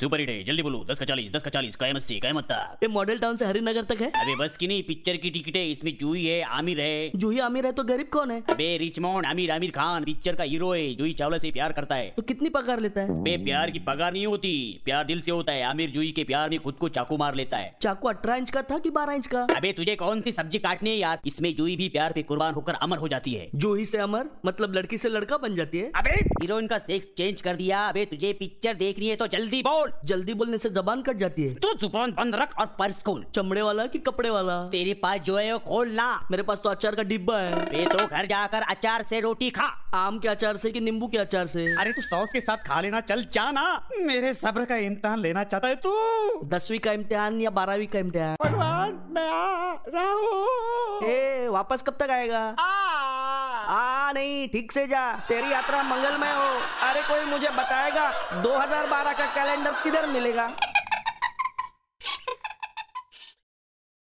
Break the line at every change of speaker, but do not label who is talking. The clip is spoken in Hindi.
सुपर हिट है जल्दी बोलो दस का चालीस दस का चालीस कयामत से कयामत तक
ये मॉडल टाउन से हरिनगर तक है
अबे बस की नहीं पिक्चर की टिकटें इसमें जूही है आमिर है
जूही आमिर है तो गरीब कौन है
बे रिचमोंड आमिर आमिर खान पिक्चर का हीरो है जूही चावला से प्यार करता है
तो कितनी पगार लेता है
बे प्यार की पगार नहीं होती प्यार दिल से होता है आमिर जूही के प्यार में खुद को चाकू मार लेता है
चाकू अठारह इंच का था कि बारह इंच का
अबे तुझे कौन सी सब्जी काटनी है यार इसमें जूही भी प्यार पे कुर्बान होकर अमर हो जाती है
जूही से अमर मतलब लड़की से लड़का बन जाती है
अबे हीरोइन का सेक्स चेंज कर दिया अबे तुझे पिक्चर देखनी है तो जल्दी बोल
जल्दी बोलने से जबान कट जाती है
तू जुबान बंद रख और पर्स खोल
चमड़े वाला कि कपड़े वाला
तेरे पास जो है वो खोलना
मेरे पास तो अचार का डिब्बा है
बे तो घर जाकर अचार से रोटी खा
आम के अचार से कि नींबू के अचार से
अरे तू सॉस के साथ खा लेना चल जाना मेरे सब्र का इम्तिहान लेना चाहता है तू
दसवीं का इम्तिहान या बारहवीं का इम्तिहान
भगवान मैं आ रहा हूँ
ए वापस कब तक आएगा आ नहीं ठीक से जा तेरी यात्रा मंगलमय हो अरे कोई मुझे बताएगा 2012 का कैलेंडर किधर मिलेगा